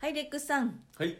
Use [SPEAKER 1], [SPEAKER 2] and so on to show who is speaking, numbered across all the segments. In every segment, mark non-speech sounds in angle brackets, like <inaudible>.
[SPEAKER 1] はいレックスさん
[SPEAKER 2] はい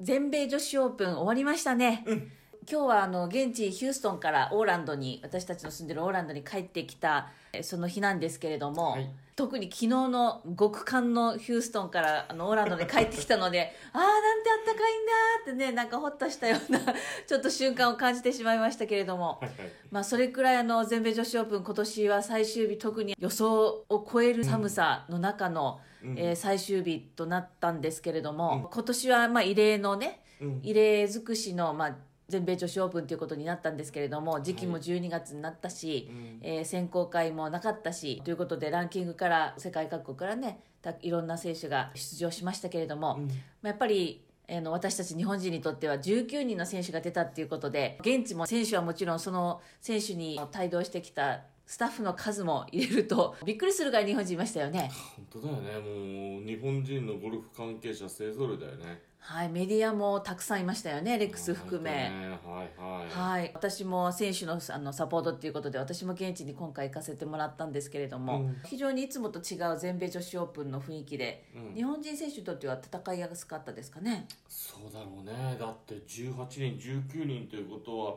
[SPEAKER 1] 全米女子オープン終わりましたね、
[SPEAKER 2] うん
[SPEAKER 1] 今日はあの現地ヒューストンからオーランドに私たちの住んでるオーランドに帰ってきたえその日なんですけれども、
[SPEAKER 2] はい
[SPEAKER 1] 特に昨日の極寒のヒューストンからあのオーランドに帰ってきたので <laughs> ああなんてあったかいんだーってねなんかほっとしたような <laughs> ちょっと瞬間を感じてしまいましたけれども、
[SPEAKER 2] はい
[SPEAKER 1] まあ、それくらいあの全米女子オープン今年は最終日特に予想を超える寒さの中の、
[SPEAKER 2] うん
[SPEAKER 1] えー最終日となったんですけれども、今年はまあ異例のね
[SPEAKER 2] うん
[SPEAKER 1] 異例尽くしの、まあ、全米女子オープンということになったんですけれども時期も
[SPEAKER 2] はい
[SPEAKER 1] 12月になったし、
[SPEAKER 2] うん
[SPEAKER 1] えー選考会もなかったしということでランキングから世界各国からねたいろんな選手が出場しましたけれども、
[SPEAKER 2] うん
[SPEAKER 1] まあやっぱりあの私たち日本人にとっては19人の選手が出たっていうことで現地も選手はもちろんその選手に帯同してきたスタッフの数も入れるとびっくりするぐらい日本人いましたよね。
[SPEAKER 2] 本当だよねもう日本人のゴルフ関係者勢ぞろいだよね
[SPEAKER 1] はい、メディアもたくさんいましたよね、レックス含め。
[SPEAKER 2] 本当ねはいはい
[SPEAKER 1] はい、私も選手のあのサポートっていうことで私も現地に今回行かせてもらったんですけれども、
[SPEAKER 2] うん
[SPEAKER 1] 非常にいつもと違う全米女子オープンの雰囲気で、
[SPEAKER 2] うん
[SPEAKER 1] 日本人選手にとっては戦いやすかったですかね。
[SPEAKER 2] そうだろうねだって18人19人ということは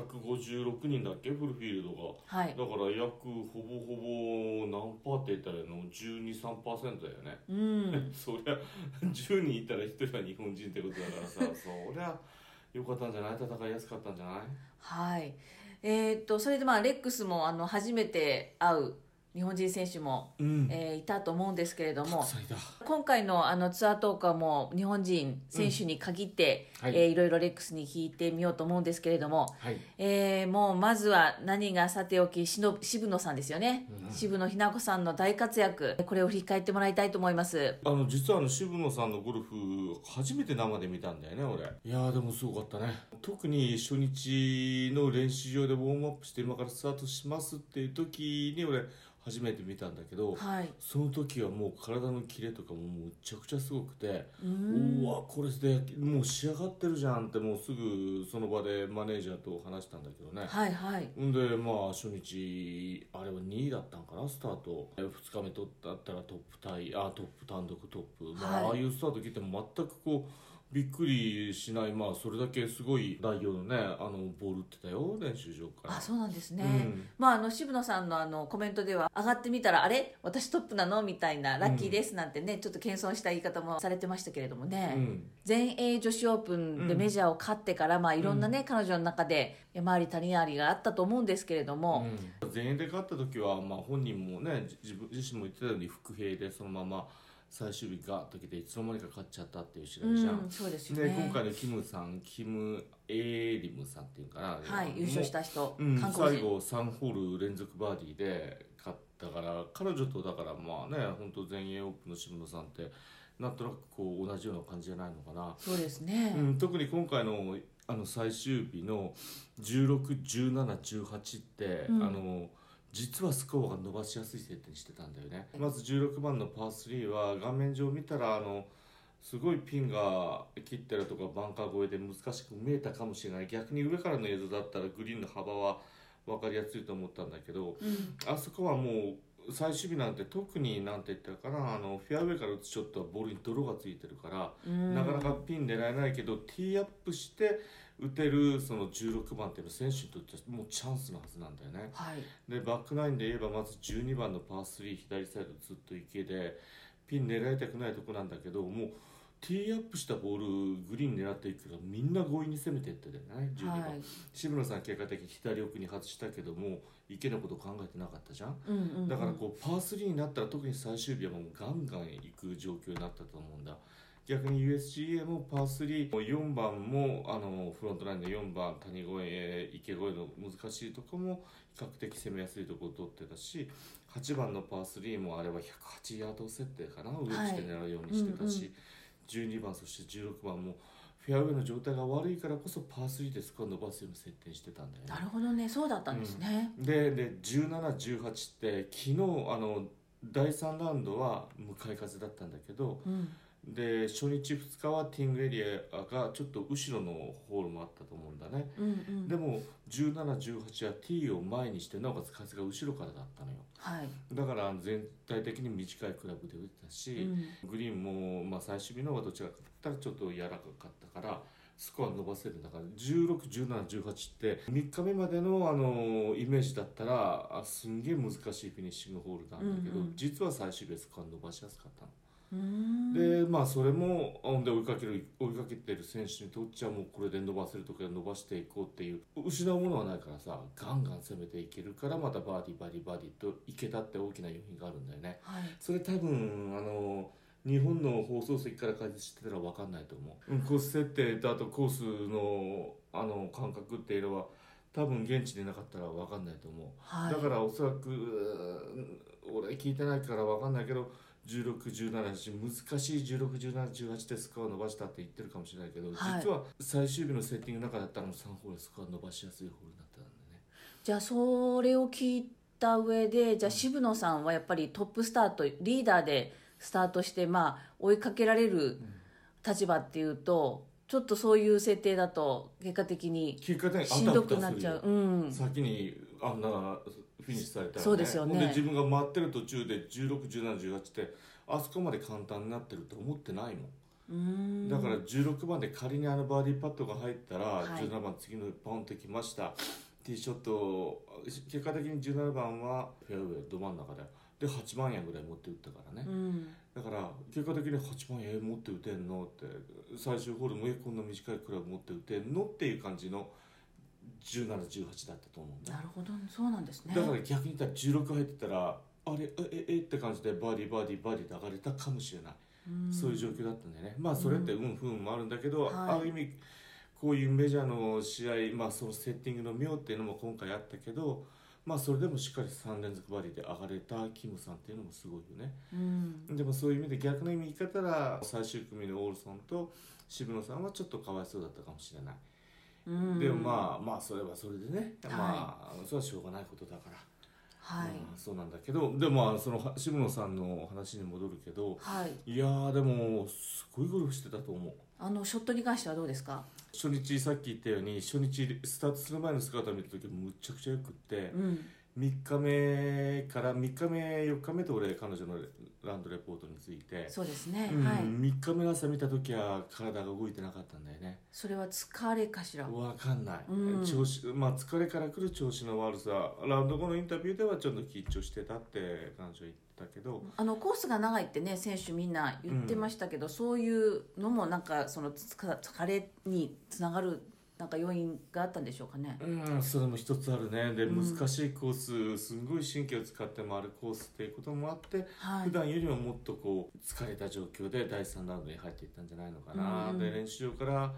[SPEAKER 2] 156人だっけフルフィールド
[SPEAKER 1] は
[SPEAKER 2] が
[SPEAKER 1] い、
[SPEAKER 2] だから約ほぼほぼ何パーって言ったらいいの123%だよね
[SPEAKER 1] うん、
[SPEAKER 2] そりゃ10人いたら1人は日本人ってことだからさそりゃよかったんじゃない戦いやすかったんじゃない
[SPEAKER 1] はい。えーっと、それでまあ、レックスも、あの、初めて会う日本人選手も、
[SPEAKER 2] うん
[SPEAKER 1] えーいたと思うんですけれど
[SPEAKER 2] た
[SPEAKER 1] も
[SPEAKER 2] く、さんいた
[SPEAKER 1] 今回のあのツアートークはもう日本人選手に限って、
[SPEAKER 2] うんはい
[SPEAKER 1] えーいろいろレックスに聞いてみようと思うんですけれども、
[SPEAKER 2] はい
[SPEAKER 1] えーもうまずは何がさておきしの渋野さんですよね、
[SPEAKER 2] うん
[SPEAKER 1] 渋野日向子さんの大活躍これを振り返ってもらいたいと思います
[SPEAKER 2] あの実はあの渋野さんのゴルフ初めて生で見たんだよね俺いやーでもすごかったね特に初日の練習場でウォームアップして今からスタートしますっていう時に俺初めて見たんだけど
[SPEAKER 1] はい
[SPEAKER 2] その時はもう体のキレとかももうむちゃくちゃすごくて
[SPEAKER 1] うー
[SPEAKER 2] うんわこれでもう仕上がってるじゃんってもうすぐその場でマネージャーと話したんだけどね
[SPEAKER 1] はいはい
[SPEAKER 2] んでまあ初日あれは2位だったんかなスタート2日目取ったらトップタイあトップ単独トップ、まあ、あ
[SPEAKER 1] は
[SPEAKER 2] あ
[SPEAKER 1] い
[SPEAKER 2] いうスタート切っても全くこうびっくりしないまあそれだけすごい代表のねあのボール打ってたよ練習場から
[SPEAKER 1] あそうなんですね、
[SPEAKER 2] うん
[SPEAKER 1] まああの渋野さんのあのコメントでは上がってみたらあれ私トップなのみたいなラッキーですなんてね、ちょっと謙遜した言い方もされてましたけれどもね、
[SPEAKER 2] うん
[SPEAKER 1] 全英女子オープンで
[SPEAKER 2] うん
[SPEAKER 1] メジャーを勝ってから、まあいろんなね、彼女の中で山あり谷ありがあったと思うんですけれども、
[SPEAKER 2] 全員で勝った時は、まあ、本人もねじ自分自身も言ってたように伏兵でそのまま最終日ガッときていつの間にか勝っちゃったっていう次
[SPEAKER 1] う
[SPEAKER 2] 第じゃん、
[SPEAKER 1] んそうですよ
[SPEAKER 2] で
[SPEAKER 1] ね
[SPEAKER 2] 今回のキムさんキム・エーリムさんっていうのかな、
[SPEAKER 1] はい優勝した人、
[SPEAKER 2] うん、
[SPEAKER 1] 韓国
[SPEAKER 2] 最
[SPEAKER 1] 人
[SPEAKER 2] 後3ホール連続バーディーで勝ったから彼女とだからまあね本当全英オープンの渋野さんってなんとなくこう同じような感じじゃないのかな、
[SPEAKER 1] そうですね、
[SPEAKER 2] うん、特に今回のあの最終日の161718って、
[SPEAKER 1] うん
[SPEAKER 2] あの実はスコアが伸ばしやすい設定にしてたんだよねまず16番のパー3は画面上見たらあのすごいピンが切ってるとかバンカー越えで難しく見えたかもしれない逆に上からの映像だったらグリーンの幅は分かりやすいと思ったんだけど
[SPEAKER 1] うん
[SPEAKER 2] あそこはもう最終日なんて特になんて言ったらかなあのフェアウェイから打つショットはボールに泥がついてるから
[SPEAKER 1] うん
[SPEAKER 2] なかなかピン狙えないけど、ティーアップして打てるその16番っていうのは選手にとってはもうチャンスのはずなんだよね。
[SPEAKER 1] はい
[SPEAKER 2] でバックナインで言えばまず12番のパー3左サイドずっと池でピン狙いたくないとこなんだけどもうティーアップしたボールグリーン狙っていくからみんな強引に攻めていってたよね12番、
[SPEAKER 1] はい
[SPEAKER 2] 渋野さん結果的に左奥に外したけども池のこと考えてなかったじゃん
[SPEAKER 1] うんうんうん
[SPEAKER 2] だからこうパー3になったら特に最終日はもうガンガン行く状況になったと思うんだ逆に USGA もパー34番もあのフロントラインの4番谷越え池越えの難しいとこも比較的攻めやすいとこを取ってたし8番のパー3もあれは108ヤード設定かな上打ちで狙うようにしてたし、12番そして16番もフェアウェイの状態が悪いからこそパー3でスコア伸ばすように設定してたんだよね
[SPEAKER 1] な。るほどねそうだったんですね、
[SPEAKER 2] でで1718って昨日あの第3ラウンドは向かい風だったんだけど、
[SPEAKER 1] うん
[SPEAKER 2] で初日2日はティングエリアがちょっと後ろのホールもあったと思うんだね、
[SPEAKER 1] うんうん
[SPEAKER 2] でも1718は T を前にしてなおかつ風が後ろからだったのよ
[SPEAKER 1] はい、
[SPEAKER 2] だから全体的に短いクラブで打ってたし、
[SPEAKER 1] うん
[SPEAKER 2] グリーンも、まあ、最終日の方がどちらかと言ったらちょっと柔らかかったからスコア伸ばせるんだから161718って3日目までの、あのイメージだったらあすんげえ難しいフィニッシングホールなんだけど、
[SPEAKER 1] うんうん
[SPEAKER 2] 実は最終日はスコア伸ばしやすかったの。
[SPEAKER 1] うーん
[SPEAKER 2] でまあそれもほんで追いかける追いかけてる選手にとっちゃもうこれで伸ばせるときは伸ばしていこうっていう失うものはないからさガンガン攻めていけるからまたバーディーバーディーバーディーといけたって大きな要因があるんだよね
[SPEAKER 1] はい
[SPEAKER 2] それ多分あの日本の放送席から解説してたら分かんないと思う、うん、コース設定とあとコースのあの感覚っていうのは多分現地でなかったら分かんないと思う
[SPEAKER 1] はい
[SPEAKER 2] だからおそらくうん俺聞いてないから分かんないけど1617難しい161718でスコア伸ばしたって言ってるかもしれないけど、
[SPEAKER 1] はい
[SPEAKER 2] 実は最終日のセッティングの中だったらもう3ホールスコア伸ばしやすいホールだったんだね
[SPEAKER 1] じゃあそれを聞いた上でじゃあ渋野さんはやっぱりトップスタートリーダーでスタートしてまあ追いかけられる立場っていうとちょっとそういう設定だと結果的に
[SPEAKER 2] 結果的に
[SPEAKER 1] しんどくなっちゃう、うん、
[SPEAKER 2] 先にあんなフィニッシュされたら、ね、
[SPEAKER 1] そうですよね
[SPEAKER 2] ほんで自分が待ってる途中で161718ってあそこまで簡単になってると思ってないもん
[SPEAKER 1] うーん
[SPEAKER 2] だから16番で仮にあのバーディーパットが入ったら、
[SPEAKER 1] はい
[SPEAKER 2] 17番次のポンときましたティーショット結果的に17番はフェアウェイど真ん中でで8番やぐらい持って打ったからね、
[SPEAKER 1] うん
[SPEAKER 2] だから結果的に8番や持って打てんのって最終ホールもえこんな短いクラブ持って打てんのっていう感じの1718だったと思うんだ
[SPEAKER 1] なるほどそうなんですね
[SPEAKER 2] だから逆に言ったら16入ってたらあれえええって感じでバーディーバーディーバーディーで上がれたかもしれない
[SPEAKER 1] うん
[SPEAKER 2] そういう状況だったんだよね。まあそれって運不運もあるんだけど、
[SPEAKER 1] はい
[SPEAKER 2] ある意味こういうメジャーの試合、まあそのセッティングの妙っていうのも今回あったけど、まあそれでもしっかり3連続バーディーで上がれたキムさんっていうのもすごいよね。
[SPEAKER 1] うん
[SPEAKER 2] でもそういう意味で逆の意味言い方ら最終組のオールソンと渋野さんはちょっとかわいそうだったかもしれない。
[SPEAKER 1] うん
[SPEAKER 2] でもまあまあそれはそれでね、
[SPEAKER 1] はい
[SPEAKER 2] まあそれはしょうがないことだから、
[SPEAKER 1] はい、
[SPEAKER 2] うんそうなんだけど、でもまあその渋野さんの話に戻るけど、
[SPEAKER 1] はい
[SPEAKER 2] いやーでもすごいゴルフしてたと思う
[SPEAKER 1] あのショットに関してはどうですか
[SPEAKER 2] 初日さっき言ったように初日スタートする前の姿を見た時むっちゃくちゃよくって
[SPEAKER 1] うん
[SPEAKER 2] 3日目から3日目4日目と俺彼女のラウンドレポートについて、
[SPEAKER 1] そうですね、
[SPEAKER 2] うん
[SPEAKER 1] はい
[SPEAKER 2] 3日目の朝見た時は体が動いてなかったんだよね
[SPEAKER 1] それは疲れかしら
[SPEAKER 2] わかんない、
[SPEAKER 1] うん
[SPEAKER 2] 調子まあ疲れからくる調子の悪さラウンド後のインタビューではちょっと緊張してたって彼女は言ったけど、
[SPEAKER 1] あのコースが長いってね選手みんな言ってましたけど、そういうのもなんかそのつか疲れにつながるなんか要因があったんでしょうかね。
[SPEAKER 2] うん、それも一つあるねで、
[SPEAKER 1] うん
[SPEAKER 2] 難しいコースすんごい神経を使って回るコースっていうこともあって、
[SPEAKER 1] はい
[SPEAKER 2] 普、段よりももっとこう疲れた状況で第3ラウンドに入っていったんじゃないのかな、
[SPEAKER 1] うん
[SPEAKER 2] で練習場から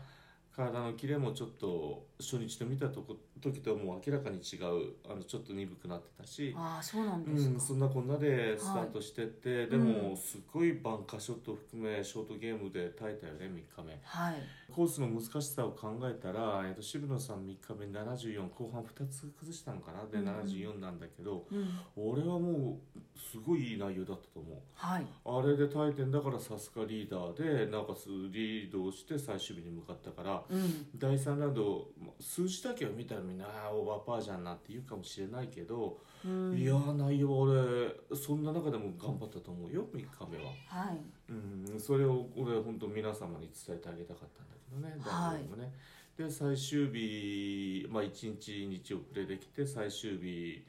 [SPEAKER 2] 体のキレもちょっと初日と見たとこ時とはもう明らかに違うあのちょっと鈍くなってたし、
[SPEAKER 1] ああそうなんです
[SPEAKER 2] うん、
[SPEAKER 1] か。
[SPEAKER 2] そんなこんなでスタートしてって、で
[SPEAKER 1] う
[SPEAKER 2] も
[SPEAKER 1] ん
[SPEAKER 2] すごいバンカーショットを含めショートゲームで耐えたよね3日目。
[SPEAKER 1] はい。
[SPEAKER 2] コースの難しさを考えたら、えっと渋野さん3日目74後半2つ崩したのかなで
[SPEAKER 1] うん
[SPEAKER 2] 74なんだけど、
[SPEAKER 1] うん、
[SPEAKER 2] 俺はもうすごいいい内容だったと思う
[SPEAKER 1] はい。
[SPEAKER 2] あれで耐えてんだからさすがリーダーでなおかつリードをして最終日に向かったから
[SPEAKER 1] うん。
[SPEAKER 2] 第3ラウンドま数字だけを見たらみんなあーオーバーパーじゃんなって言うかもしれないけど、
[SPEAKER 1] うん
[SPEAKER 2] いやー内容は俺そんな中でも頑張ったと思うよ3日目は。
[SPEAKER 1] はい。
[SPEAKER 2] うん、それを俺本当皆様に伝えてあげたかったんだけどね、
[SPEAKER 1] はい
[SPEAKER 2] 誰よりもね。で最終日、まあ、1日日遅れできて最終日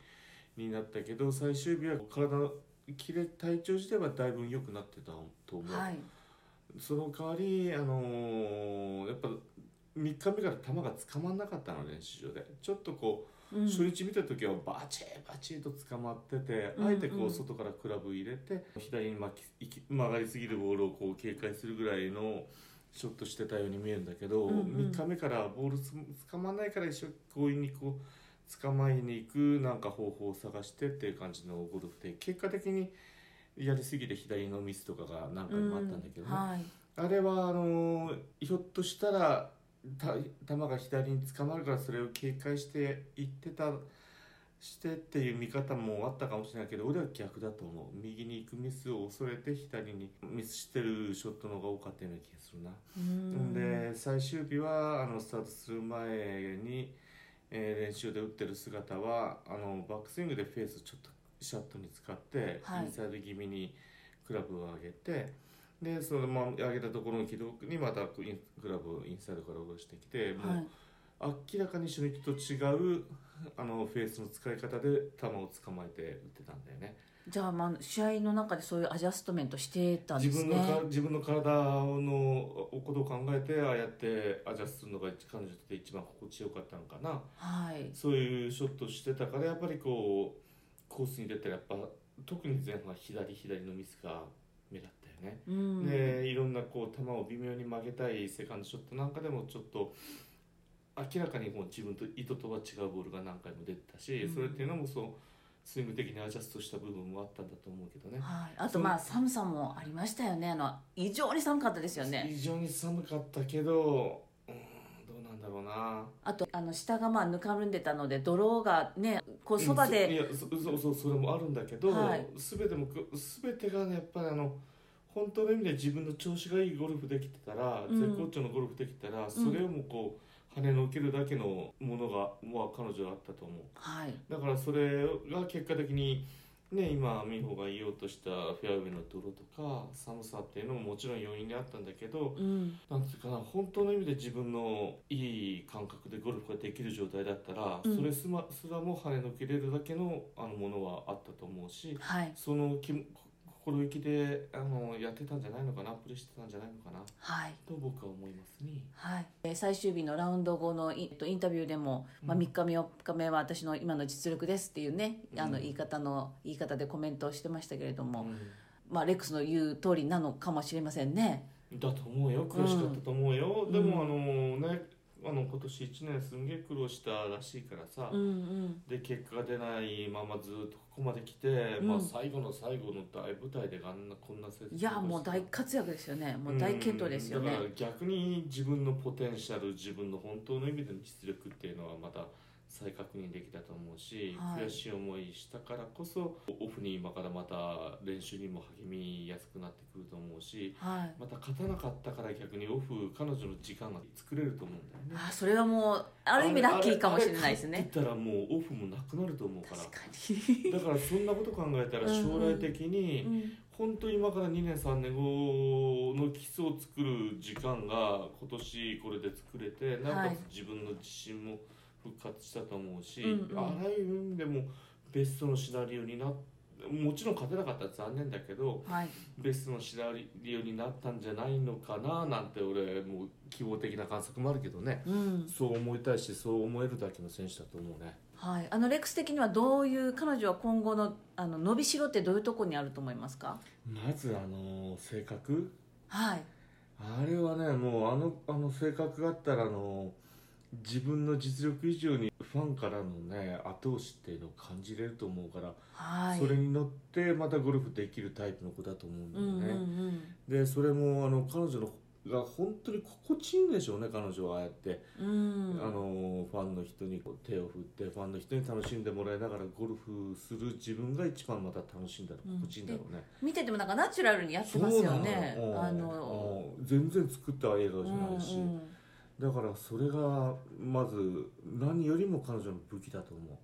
[SPEAKER 2] になったけど最終日は体の切れ体調自体はだいぶ良くなってたと思う、
[SPEAKER 1] はい。
[SPEAKER 2] その代わり、あのーやっぱ3日目から球が捕まんなかったの練習場でちょっとこう
[SPEAKER 1] うん
[SPEAKER 2] 初日見た時はバチーバチーと捕まってて、
[SPEAKER 1] うんうん
[SPEAKER 2] あえてこう外からクラブ入れて左に巻きいき曲がりすぎるボールをこう警戒するぐらいのショットしてたように見えるんだけど、
[SPEAKER 1] うんうん
[SPEAKER 2] 3日目からボールつ捕まんないから一生強引にこう捕まえに行くなんか方法を探してっていう感じのゴルフで結果的にやりすぎて左のミスとかが何回もあったんだけどね。
[SPEAKER 1] うんはい。
[SPEAKER 2] あれはあのーひょっとしたらた球が左に捕まるからそれを警戒していってたしてっていう見方もあったかもしれないけど俺は逆だと思う右に行くミスを恐れて左にミスしてるショットの方が多かったような気がするな。
[SPEAKER 1] うん
[SPEAKER 2] で最終日はあのスタートする前に、えー練習で打ってる姿はあのバックスイングでフェースちょっとシャットに使って、
[SPEAKER 1] はい
[SPEAKER 2] インサイド気味にクラブを上げてでそのまま上げたところの軌道にまたインクラブをインサイドから下ろしてきて、もう
[SPEAKER 1] はい、
[SPEAKER 2] 明らかに初日と違うあのフェースの使い方で球を捕まえて打ってたんだよね。
[SPEAKER 1] じゃあ、まあ、試合の中でそういうアジャストメントしてたんで
[SPEAKER 2] 自
[SPEAKER 1] す
[SPEAKER 2] 分のか
[SPEAKER 1] ね。
[SPEAKER 2] 自分の体のことを考えてああやってアジャストするのが彼女って一番心地よかったのかな
[SPEAKER 1] はい、
[SPEAKER 2] そういうショットしてたからやっぱりこうコースに出たらやっぱ特に前半は左左のミスが目立ったよね、
[SPEAKER 1] うん
[SPEAKER 2] でいろんなこう球を微妙に曲げたいセカンドショットなんかでもちょっと明らかにこう自分と意図とは違うボールが何回も出てたし、
[SPEAKER 1] うん
[SPEAKER 2] それっていうのもそうスイング的にアジャストした部分もあったんだと思うけどね
[SPEAKER 1] はい、あとまあ寒さもありましたよねあの異常に寒かったですよね
[SPEAKER 2] 非常に寒かったけど、うーん、どうなんだろうな。
[SPEAKER 1] あとあの下がまあぬかるんでたので泥がねこうそば
[SPEAKER 2] うんい
[SPEAKER 1] で
[SPEAKER 2] や、そそうそう、それもあるんだけど
[SPEAKER 1] はい、
[SPEAKER 2] すべ、てもく、すべてがね、やっぱりあの。本当の意味で自分の調子がいいゴルフできてたら、
[SPEAKER 1] うん
[SPEAKER 2] 絶好調のゴルフできてたら、それをもうこう。跳ねのけるだけのものが、もう彼女はあったと思う。
[SPEAKER 1] はい
[SPEAKER 2] だから、それが結果的に。ね、今美穂が言おうとしたフェアウェイの泥とか寒さっていうのももちろん要因であったんだけど、
[SPEAKER 1] うん
[SPEAKER 2] なんていうかな本当の意味で自分のいい感覚でゴルフができる状態だったら、
[SPEAKER 1] うん
[SPEAKER 2] それす,、ま、すらも跳ねのけれるだけのあのものはあったと思うし
[SPEAKER 1] はい
[SPEAKER 2] その気もこ心意気であのやってたんじゃないのかなプレーしてたんじゃないのかな
[SPEAKER 1] はい
[SPEAKER 2] と僕は思いますね。
[SPEAKER 1] はい、えー最終日のラウンド後のインえっとインタビューでも、まあ、
[SPEAKER 2] うん
[SPEAKER 1] 3日目4日目は私の今の実力ですっていうね、あの
[SPEAKER 2] うん
[SPEAKER 1] 言い方の言い方でコメントをしてましたけれども、
[SPEAKER 2] う
[SPEAKER 1] まあ、レックスの言う通りなのかもしれませんね。
[SPEAKER 2] ん、だと思うよ苦しかったと思うよ、
[SPEAKER 1] うん
[SPEAKER 2] でもあ
[SPEAKER 1] う
[SPEAKER 2] のねあの今年1年すんげえ苦労したらしいからさ、
[SPEAKER 1] うんうん、
[SPEAKER 2] で結果が出ないままずっとここまで来て、
[SPEAKER 1] うん
[SPEAKER 2] まあ最後の最後の大舞台であんなこんな成
[SPEAKER 1] いやもう大活躍ですよねもう大健闘ですよね
[SPEAKER 2] うん。だから逆に自分のポテンシャル自分の本当の意味での実力っていうのはまた再確認できたと思うし、
[SPEAKER 1] はい
[SPEAKER 2] 悔しい思いしたからこそオフに今からまた練習にも励みやすくなってくると思うし
[SPEAKER 1] はい
[SPEAKER 2] また勝たなかったから逆にオフ彼女の時間が作れると思うんだよね。
[SPEAKER 1] あそれはもうある意味ラッキーかもしれないです
[SPEAKER 2] あれ
[SPEAKER 1] ね。
[SPEAKER 2] 勝ってたらもうオフもなくなると思うから
[SPEAKER 1] 確かに、
[SPEAKER 2] だからそんなこと考えたら将来的に
[SPEAKER 1] うん
[SPEAKER 2] 本当に今から2年3年後の基礎を作る時間が今年これで作れてなおかつ自分の自信も復活したと思うし、
[SPEAKER 1] うんうん
[SPEAKER 2] あらゆる意味でもベストのシナリオになっもちろん勝てなかったら残念だけど
[SPEAKER 1] はい
[SPEAKER 2] ベストのシナリオになったんじゃないのかななんて俺もう希望的な観測もあるけどね
[SPEAKER 1] うん
[SPEAKER 2] そう思いたいしそう思えるだけの選手だと思うね。
[SPEAKER 1] はい、あのレックス的にはどういう彼女は今後のあの伸びしろってどういうところにあると思いますか
[SPEAKER 2] まずあの性格
[SPEAKER 1] はい
[SPEAKER 2] あれはねもうあのあの性格があったらあの自分の実力以上にファンからのね後押しっていうのを感じれると思うから、
[SPEAKER 1] はい
[SPEAKER 2] それに乗ってまたゴルフできるタイプの子だと思うんだ
[SPEAKER 1] うんうんう
[SPEAKER 2] よね、
[SPEAKER 1] ん
[SPEAKER 2] でそれもあの彼女のが本当に心地いいんでしょうね彼女はああやって、
[SPEAKER 1] うん
[SPEAKER 2] あのファンの人にこう手を振ってファンの人に楽しんでもらいながらゴルフする自分が一番また楽しいんだろう、
[SPEAKER 1] うん
[SPEAKER 2] 心地いいんだろうね
[SPEAKER 1] 見ててもなんかナチュラルにやってますよね
[SPEAKER 2] そうなの
[SPEAKER 1] あの
[SPEAKER 2] うん全然作った映
[SPEAKER 1] う
[SPEAKER 2] 画
[SPEAKER 1] ん
[SPEAKER 2] じゃないし、
[SPEAKER 1] うん
[SPEAKER 2] だからそれがまず何よりも彼女の武器だと思う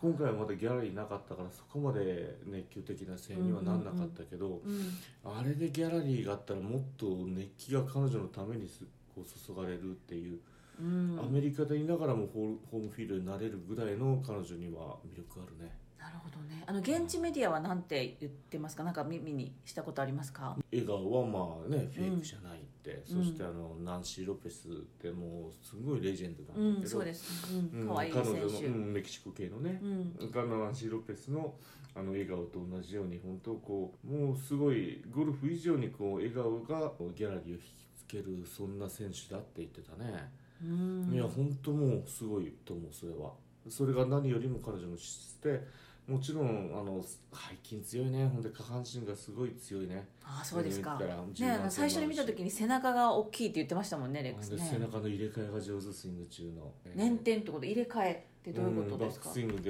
[SPEAKER 2] 今回はまだギャラリーなかったからそこまで熱狂的な声援にはなんなかったけど、
[SPEAKER 1] うん
[SPEAKER 2] あれでギャラリーがあったらもっと熱気が彼女のためにすこう注がれるっていう、
[SPEAKER 1] うん
[SPEAKER 2] アメリカでいながらもホールホームフィールドになれるぐらいの彼女には魅力あるね
[SPEAKER 1] なるほどねあの現地メディアはなんて言ってますかなんか耳にしたことありますか
[SPEAKER 2] 笑顔はまあねフェイクじゃないって、
[SPEAKER 1] うん
[SPEAKER 2] そしてあのナンシー・ロペスってもうすごいレジェンド
[SPEAKER 1] う
[SPEAKER 2] なんだ
[SPEAKER 1] ん
[SPEAKER 2] けど、
[SPEAKER 1] そうですね
[SPEAKER 2] う
[SPEAKER 1] うん
[SPEAKER 2] ん
[SPEAKER 1] 可愛い
[SPEAKER 2] 彼
[SPEAKER 1] 選
[SPEAKER 2] 女の、
[SPEAKER 1] 手
[SPEAKER 2] うんメキシコ系のね、
[SPEAKER 1] うん
[SPEAKER 2] ガナランシー・ロペスのあの笑顔と同じように本当こうもうすごいゴルフ以上にこう笑顔がギャラリーを引きつけるそんな選手だって言ってたね、
[SPEAKER 1] うん
[SPEAKER 2] いや本当もうすごいと思うそれはそれが何よりも彼女の資質でもちろんあの背筋強いねほんで下半身がすごい強いね
[SPEAKER 1] あそうですか
[SPEAKER 2] だから柔軟性
[SPEAKER 1] ね
[SPEAKER 2] もあ
[SPEAKER 1] あ
[SPEAKER 2] るし
[SPEAKER 1] の最初に見た時に背中が大きいって言ってましたもんねレッ
[SPEAKER 2] ほ
[SPEAKER 1] ク
[SPEAKER 2] ん
[SPEAKER 1] ス
[SPEAKER 2] で
[SPEAKER 1] ね
[SPEAKER 2] 背中の入れ替えが上手スイング中の、
[SPEAKER 1] 捻転ってこと入れ替えってどういうことです
[SPEAKER 2] んバッ
[SPEAKER 1] か
[SPEAKER 2] クスイング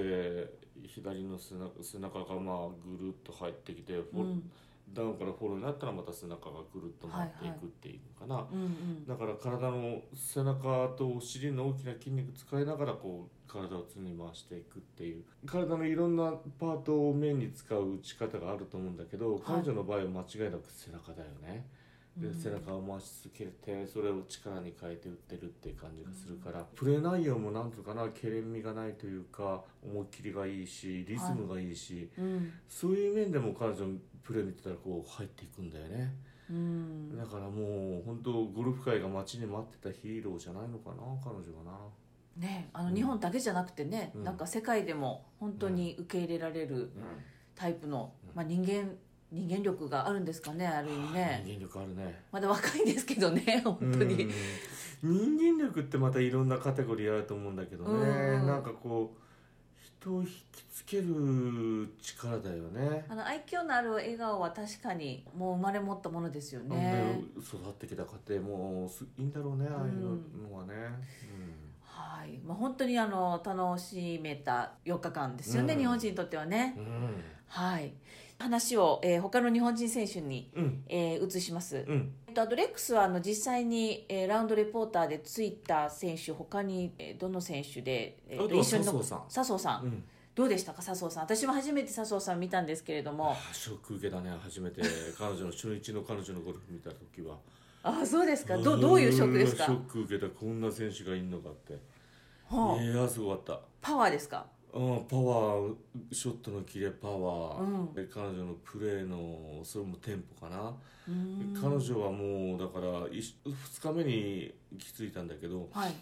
[SPEAKER 2] で左の背中背中がまあぐるっと入ってきて、フォ
[SPEAKER 1] う
[SPEAKER 2] ル
[SPEAKER 1] ん
[SPEAKER 2] ダウンからフォローになったらまた背中がぐるっと回っていくっていうのかな、
[SPEAKER 1] うんうん、
[SPEAKER 2] だから体の背中とお尻の大きな筋肉使いながらこう体を常に回していくっていう体のいろんなパートを面に使う打ち方があると思うんだけど、
[SPEAKER 1] い
[SPEAKER 2] 彼女の場合は間違いなく背中だよね。で
[SPEAKER 1] うん
[SPEAKER 2] 背中を回し続けてそれを力に変えて打ってるっていう感じがするから、プレー内容もなんとかなけれみがないというか思いっきりがいいしリズムがいいし、
[SPEAKER 1] うん
[SPEAKER 2] そういう面でも彼女のプレー見てたらこう入っていくんだよね。
[SPEAKER 1] うん
[SPEAKER 2] だからもう本当ゴルフ界が待ちに待ってたヒーローじゃないのかな彼女はな
[SPEAKER 1] ねあ
[SPEAKER 2] う
[SPEAKER 1] の
[SPEAKER 2] ん
[SPEAKER 1] 日本だけじゃなくてね、
[SPEAKER 2] うん
[SPEAKER 1] なんか世界でも本当に受け入れられるタイプの、まあ、人間人間力があるんですかねある意味ね
[SPEAKER 2] 人間力あるね
[SPEAKER 1] まだ若いんですけどね <laughs> 本当に、
[SPEAKER 2] うん人間力ってまたいろんなカテゴリーあると思うんだけどね
[SPEAKER 1] うん
[SPEAKER 2] なんかこう人を引きつける力だよね
[SPEAKER 1] あの愛嬌のある笑顔は確かにもう生まれ持ったものですよね、
[SPEAKER 2] で育ってきた家庭もすいいんだろうねああいうのはね、
[SPEAKER 1] はい、まあ、本当にあの楽しめた4日間ですよね、
[SPEAKER 2] うん
[SPEAKER 1] 日本人にとってはね、
[SPEAKER 2] うん
[SPEAKER 1] はい話を、えー他の日本人選手に、
[SPEAKER 2] うんうん
[SPEAKER 1] えー移します、
[SPEAKER 2] うん
[SPEAKER 1] えっと、あとレックスはあの実際に、えーラウンドレポーターでついた選手他に、えーどの選手で、えー
[SPEAKER 2] あとは
[SPEAKER 1] 残っ
[SPEAKER 2] 笹生
[SPEAKER 1] 笹生さん、
[SPEAKER 2] うん
[SPEAKER 1] どうでしたか笹生さん私も初めて笹生さん見たんですけれども
[SPEAKER 2] あショック受けたね
[SPEAKER 1] <laughs>
[SPEAKER 2] 初めて彼女の初日の彼女のゴルフ見た時は
[SPEAKER 1] ああそうですかどうどういうショックですか
[SPEAKER 2] ショック受けたこんな選手がいんのかって、
[SPEAKER 1] はあ
[SPEAKER 2] いやすごかった
[SPEAKER 1] パワーですか
[SPEAKER 2] うんパワーショットのキレパワー、
[SPEAKER 1] うん
[SPEAKER 2] で彼女のプレーのそれもテンポかな、
[SPEAKER 1] うーん
[SPEAKER 2] 彼女はもうだから2日目に気づいたんだけど
[SPEAKER 1] はい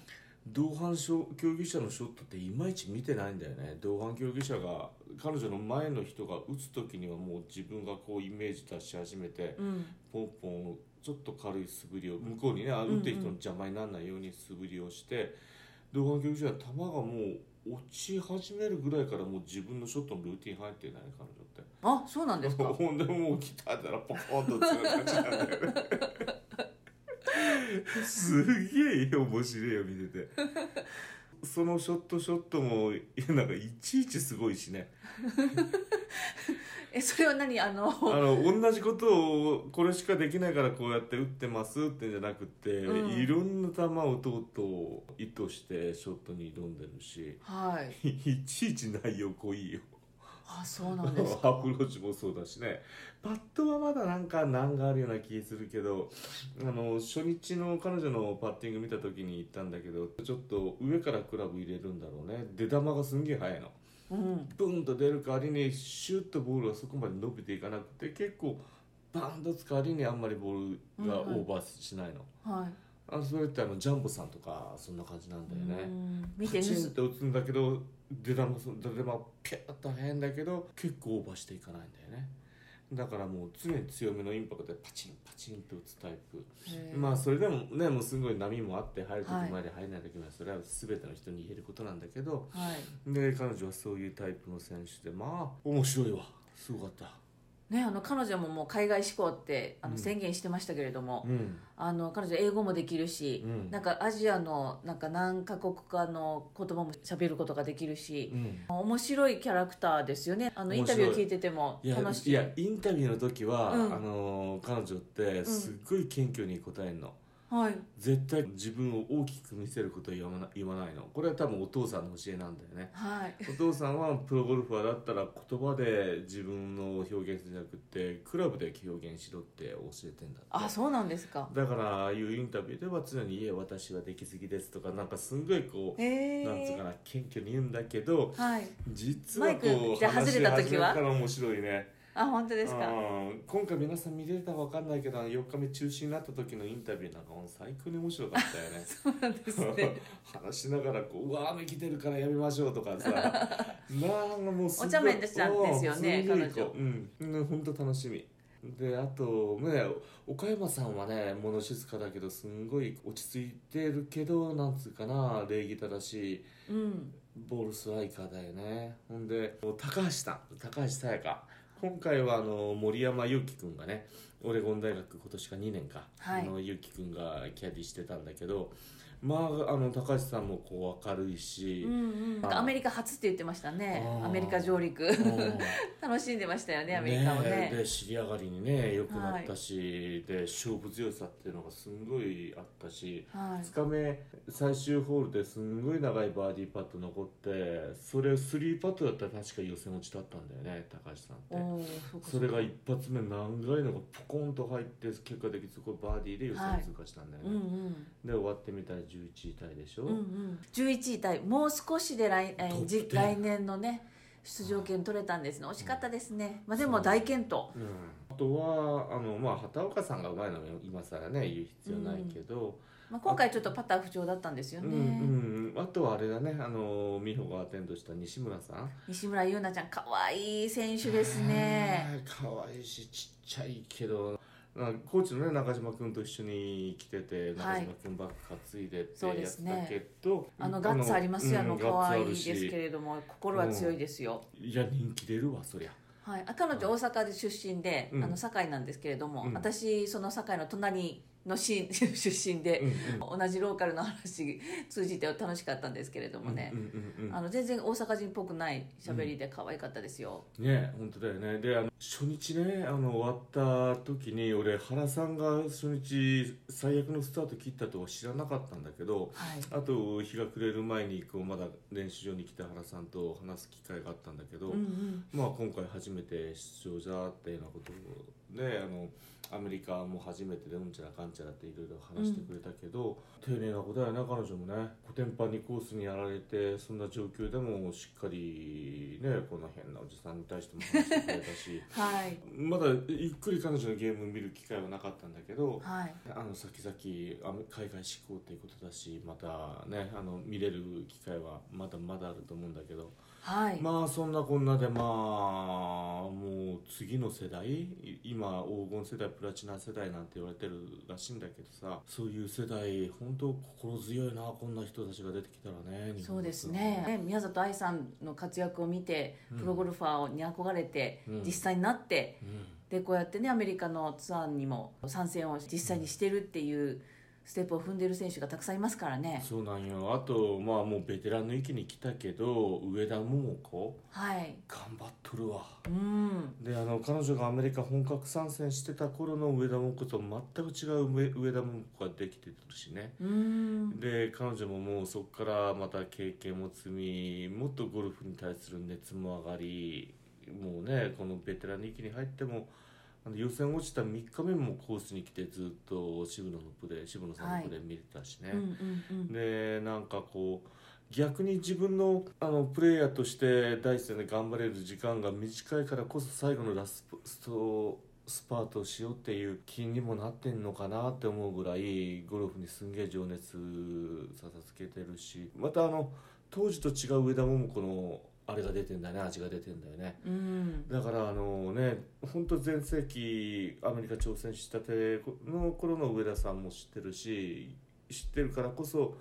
[SPEAKER 2] 同伴しょ競技者のショットっていまいち見てないんだよね同伴競技者が彼女の前の人が打つ時にはもう自分がこうイメージ出し始めて、
[SPEAKER 1] うん
[SPEAKER 2] ポンポンちょっと軽い素振りを向こうにね打ってる人の邪魔にならないように素振りをして同伴競技者は球がもう落ち始めるぐらいからもう自分のショットのルーティン入ってない彼女って
[SPEAKER 1] あそうなんですか
[SPEAKER 2] <laughs> ほんでもう来たったらポコンとつながっちゃうん <laughs> だよねすげえ面白いよ見ててそのショットショットもなんかいちいちすごいしね
[SPEAKER 1] えそれは何あの
[SPEAKER 2] あ
[SPEAKER 1] <laughs>
[SPEAKER 2] の同じことをこれしかできないからこうやって打ってますってんじゃなくて、
[SPEAKER 1] うん
[SPEAKER 2] いろんな球をとうとう意図してショットに挑んでるし <laughs>
[SPEAKER 1] はい
[SPEAKER 2] いちいち内容濃いよ
[SPEAKER 1] あそう
[SPEAKER 2] <laughs> ア
[SPEAKER 1] なん
[SPEAKER 2] プロ
[SPEAKER 1] ですか
[SPEAKER 2] ーチもそうだしねパットはまだなんか難があるような気するけどあの初日の彼女のパッティング見た時に言ったんだけどちょっと上からクラブ入れるんだろうね出玉がすんげえ速いの。
[SPEAKER 1] うん
[SPEAKER 2] ブンと出る代わりにシュッとボールがそこまで伸びていかなくて結構バーンとつ代わりにあんまりボールがオーバーしないの、
[SPEAKER 1] は
[SPEAKER 2] あそれってあのジャンボさんとかそんな感じなん
[SPEAKER 1] い
[SPEAKER 2] だよね、
[SPEAKER 1] うん見て
[SPEAKER 2] パ
[SPEAKER 1] 盗
[SPEAKER 2] チンと打つんだけど出玉そ出玉ピュッと速いんだけど結構オーバーしていかないんだよねだからもう常に強めのインパクトでパチンパチンと打つタイプ、
[SPEAKER 1] へー
[SPEAKER 2] まあそれでもねもうすごい波もあって入る時まで入らない時までそれは全ての人に言えることなんだけど、
[SPEAKER 1] はい
[SPEAKER 2] で彼女はそういうタイプの選手でまあ面白いわすごかった
[SPEAKER 1] ね、あの彼女ももう海外志向ってあ
[SPEAKER 2] う
[SPEAKER 1] の
[SPEAKER 2] ん
[SPEAKER 1] 宣言してましたけれども、
[SPEAKER 2] うん
[SPEAKER 1] あの彼女英語もできるし
[SPEAKER 2] う、ん
[SPEAKER 1] なんかアジアのなんか何カ国かの言葉も喋ることができるし、
[SPEAKER 2] うん
[SPEAKER 1] 面白いキャラクターですよねあのイン
[SPEAKER 2] 面
[SPEAKER 1] タ
[SPEAKER 2] 白い
[SPEAKER 1] ビュー聞いてても
[SPEAKER 2] いや
[SPEAKER 1] 楽しい
[SPEAKER 2] いやインタビューの時は、
[SPEAKER 1] うん
[SPEAKER 2] あのー彼女ってすっごい謙虚に答えるの、
[SPEAKER 1] はい
[SPEAKER 2] 絶対自分を大きく見せることは言わな言わないのこれは多分お父さんの教えなんだよね
[SPEAKER 1] はい
[SPEAKER 2] お父さんはプロゴルファーだったら言葉で自分の表現じゃなくてクラブで表現しろって教えてんだって
[SPEAKER 1] あそうなんですか
[SPEAKER 2] だからああいうインタビューでは常に「いえ私はできすぎです」とかなんかすんごいこう
[SPEAKER 1] へえ
[SPEAKER 2] なんつうかな謙虚に言うんだけど
[SPEAKER 1] はい
[SPEAKER 2] 実は
[SPEAKER 1] マイ
[SPEAKER 2] こ
[SPEAKER 1] ク
[SPEAKER 2] う
[SPEAKER 1] じゃあ
[SPEAKER 2] 話
[SPEAKER 1] 外れた時は
[SPEAKER 2] し始めから面白いね
[SPEAKER 1] あ本当ですか
[SPEAKER 2] うん今回皆さん見れたかわかんないけどあの4日目中止になった時のインタビューなんかもう最高に面白かったよ
[SPEAKER 1] <laughs>
[SPEAKER 2] ね
[SPEAKER 1] そうなんです
[SPEAKER 2] <laughs>
[SPEAKER 1] ね
[SPEAKER 2] 話しながらこう「うわー雨来てるからやめましょう」とかさなんかもうすごい
[SPEAKER 1] お茶目でした
[SPEAKER 2] うん
[SPEAKER 1] ですよね
[SPEAKER 2] すごい
[SPEAKER 1] 彼女
[SPEAKER 2] こううんね本当楽しみであとね岡山さんはね物静かだけどすんごい落ち着いてるけどなんつうかな礼儀正しい
[SPEAKER 1] うん
[SPEAKER 2] ボールストライカーだよねほんでもう高橋さん高橋さやか今回はあの森山祐樹君がねオレゴン大学今年か2年か、
[SPEAKER 1] はい
[SPEAKER 2] あの祐樹君がキャディしてたんだけどまああの高橋さんもこう明るいし
[SPEAKER 1] う、んうん、なんかアメリカ初って言ってましたね
[SPEAKER 2] あー
[SPEAKER 1] アメリカ上陸
[SPEAKER 2] うん
[SPEAKER 1] <laughs> 楽しんでましたよねアメリカをね
[SPEAKER 2] えで尻上がりにね良くなったし、で勝負強さっていうのがすんごいあったし
[SPEAKER 1] はい
[SPEAKER 2] 2日目最終ホールですんごい長いバーディーパット残ってそれ3パットだったら確か予選落ちだったんだよね高橋さんって。
[SPEAKER 1] おーそうか
[SPEAKER 2] それが一発目長いのがポコンと入って結果的にそこバーディーで予
[SPEAKER 1] は
[SPEAKER 2] 選
[SPEAKER 1] い
[SPEAKER 2] 通過したんだよ
[SPEAKER 1] う
[SPEAKER 2] ね、
[SPEAKER 1] んうん
[SPEAKER 2] で終わってみたら11位タイでしょ、
[SPEAKER 1] うんうん、11位タイもう少しで来,、えー
[SPEAKER 2] トップ
[SPEAKER 1] じ
[SPEAKER 2] 10
[SPEAKER 1] 来年のね出場権取れたんですね惜しかったですね、まあ、でも
[SPEAKER 2] そう
[SPEAKER 1] 大健闘
[SPEAKER 2] うんあとはあの、まあ、畑岡さんがうまいのは今更ね言う必要ないけど、
[SPEAKER 1] まあ、今回ちょっとパター不調だったんですよ
[SPEAKER 2] うん
[SPEAKER 1] ね、
[SPEAKER 2] うんあとはあれだねあの美穂がアテンドした西村さん
[SPEAKER 1] 西村優菜ちゃん可愛い選手ですね
[SPEAKER 2] え可愛いしちっちゃいけどなんかコーチのね中島君と一緒に来てて
[SPEAKER 1] は
[SPEAKER 2] 中
[SPEAKER 1] い
[SPEAKER 2] 島君ばっか担いでって
[SPEAKER 1] そ
[SPEAKER 2] や
[SPEAKER 1] う
[SPEAKER 2] っ
[SPEAKER 1] で
[SPEAKER 2] て
[SPEAKER 1] すね
[SPEAKER 2] たけど、
[SPEAKER 1] あのガッツありますよ、
[SPEAKER 2] うん
[SPEAKER 1] あの
[SPEAKER 2] ガッツ
[SPEAKER 1] 可
[SPEAKER 2] あ
[SPEAKER 1] 愛い
[SPEAKER 2] る
[SPEAKER 1] です
[SPEAKER 2] し
[SPEAKER 1] けれども心は強いですよ、
[SPEAKER 2] いや人気出るわそりゃ
[SPEAKER 1] はい、あ彼女大阪で出身で、
[SPEAKER 2] うん
[SPEAKER 1] あの堺なんですけれども、
[SPEAKER 2] うん
[SPEAKER 1] 私その堺の隣の市 <laughs> 出身で、同じローカルの話通じて楽しかったんですけれどもね、
[SPEAKER 2] うんうんうん
[SPEAKER 1] あの全然大阪人っぽくない喋りで可愛かったですよ、
[SPEAKER 2] ね本当だよねであの初日ねあの終わった時に俺原さんが初日最悪のスタート切ったとは知らなかったんだけど
[SPEAKER 1] はい
[SPEAKER 2] あと日が暮れる前にこうまだ練習場に来て原さんと話す機会があったんだけど、
[SPEAKER 1] うんうん
[SPEAKER 2] まあ、今回初めて出場じゃっていうようなことであのアメリカも初めてでうんちゃらかんちゃらっていろいろ話してくれたけど、丁寧な子だよね彼女もねコテンパンにコースにやられてそんな状況でもしっかりねこの変なおじさんに対しても話してくれたし <laughs>
[SPEAKER 1] はい
[SPEAKER 2] まだゆっくり彼女のゲーム見る機会はなかったんだけど。
[SPEAKER 1] はい
[SPEAKER 2] あの先々あの海外志向っていうことだしまたねあの見れる機会はまだまだあると思うんだけど
[SPEAKER 1] はい、
[SPEAKER 2] まあそんなこんなでまあもう次の世代い今黄金世代プラチナ世代なんて言われてるらしいんだけどさそういう世代本当心強いなこんな人たちが出てきたらね日
[SPEAKER 1] そ
[SPEAKER 2] 本
[SPEAKER 1] う
[SPEAKER 2] の
[SPEAKER 1] ですねね宮里藍さんの活躍を見てプロゴルファーに憧れて、
[SPEAKER 2] うん
[SPEAKER 1] 実際になって
[SPEAKER 2] うん
[SPEAKER 1] でこうやってねアメリカのツアーにも参戦を実際にしてるっていうステップを踏んでる選手がたくさんいますからね
[SPEAKER 2] そうなんよあとまあもうベテランの域に来たけど上田桃子
[SPEAKER 1] はい
[SPEAKER 2] 頑張っとるわ
[SPEAKER 1] うん
[SPEAKER 2] であの彼女がアメリカ本格参戦してた頃の上田桃子と全く違う上上田桃子ができてるしね
[SPEAKER 1] うん
[SPEAKER 2] で彼女ももうそこからまた経験も積みもっとゴルフに対する熱も上がりもうねこのベテランの域に入ってもあの予選落ちた3日目もコースに来てずっと渋野のプレー渋野さんのプレー見れたしね、
[SPEAKER 1] うんうんうん
[SPEAKER 2] でなんかこう逆に自分のあのプレイヤーとして第一線で頑張れる時間が短いからこそ最後のラストスパートをしようっていう気にもなってんのかなって思うぐらいゴルフにすんげえ情熱ささつけてるしまたあの当時と違う上田桃子のあれが出てんだよね味が出てんだよね。
[SPEAKER 1] うん
[SPEAKER 2] だからあのね本当全盛期アメリカ挑戦したての頃の上田さんも知ってるし知ってるからこそ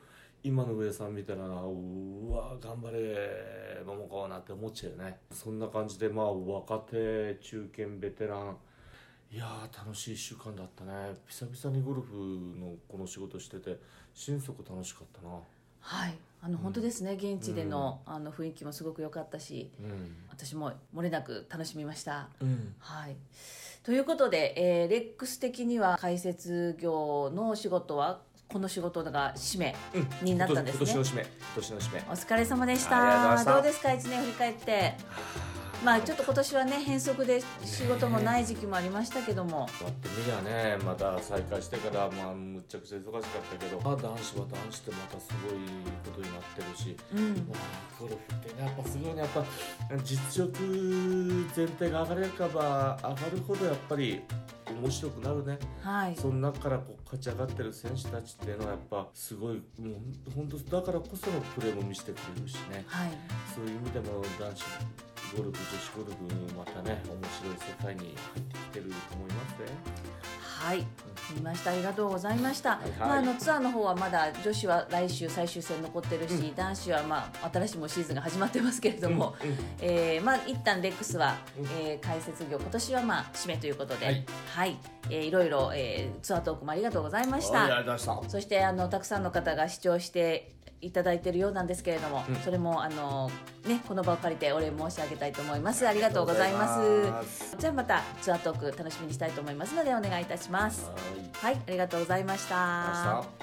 [SPEAKER 2] 今の上田さん見たらうわ頑張れ桃子なって思っちゃうよねそんな感じでまあ若手中堅ベテランいやー楽しい1週間だったね久々にゴルフのこの仕事してて心底楽しかったな
[SPEAKER 1] はいあの
[SPEAKER 2] うん
[SPEAKER 1] 本当ですね現地での,、あの雰囲気もすごく良かったし
[SPEAKER 2] うん
[SPEAKER 1] 私も漏れなく楽しみました
[SPEAKER 2] うん
[SPEAKER 1] はい、ということで、えーレックス的には解説業の仕事はこの仕事が使命になったんですね
[SPEAKER 2] 今年の締め今年の締め
[SPEAKER 1] お疲れ様でし
[SPEAKER 2] ありがと
[SPEAKER 1] た
[SPEAKER 2] うございました
[SPEAKER 1] どうですか1年振り返ってまあちょっと今年はね変則で仕事もない時期もありましたけども、
[SPEAKER 2] やってみりゃねまた再開してからまあむっちゃくちゃ忙しかったけど、まあ、男子は男子ってまたすごいことになってるし、
[SPEAKER 1] うん
[SPEAKER 2] まあ、ゴルフってねやっぱすごいねやっぱ実力全体が上がれば上がるほどやっぱり面白くなるね
[SPEAKER 1] はい
[SPEAKER 2] その中からこう勝ち上がってる選手たちっていうのはやっぱすごいもう本当だからこそのプレーも見せてくれるしね
[SPEAKER 1] はい
[SPEAKER 2] そういう意味でも男子ゴルフ女子ゴルフまたね面白い世界に入ってきてると思いますね。
[SPEAKER 1] はい見ましたありがとうございました、
[SPEAKER 2] はい
[SPEAKER 1] まあ、あのツアーの方はまだ女子は来週最終戦残ってるし、
[SPEAKER 2] う
[SPEAKER 1] 男子は、まあ、新しいもうシーズンが始まってますけれども、
[SPEAKER 2] うんうん
[SPEAKER 1] えーまあ一旦レックスは、
[SPEAKER 2] うん
[SPEAKER 1] えー解説業今年はまあ締めということで、は
[SPEAKER 2] はいい
[SPEAKER 1] えーいろいろ、えーツアートークもありがとうございまし
[SPEAKER 2] はいあ
[SPEAKER 1] た
[SPEAKER 2] りがとうございました
[SPEAKER 1] そしてあのたくさんの方が視聴していただいてるようなんですけれども、
[SPEAKER 2] うん
[SPEAKER 1] それもあの、ね、この場を借りてお礼申し上げたいと思いますありがとうございます
[SPEAKER 2] ありがとうございます
[SPEAKER 1] じゃあまたツアートーク楽しみにしたいと思いますのでお願いいたします
[SPEAKER 2] はい
[SPEAKER 1] はいありがとうございました
[SPEAKER 2] 明日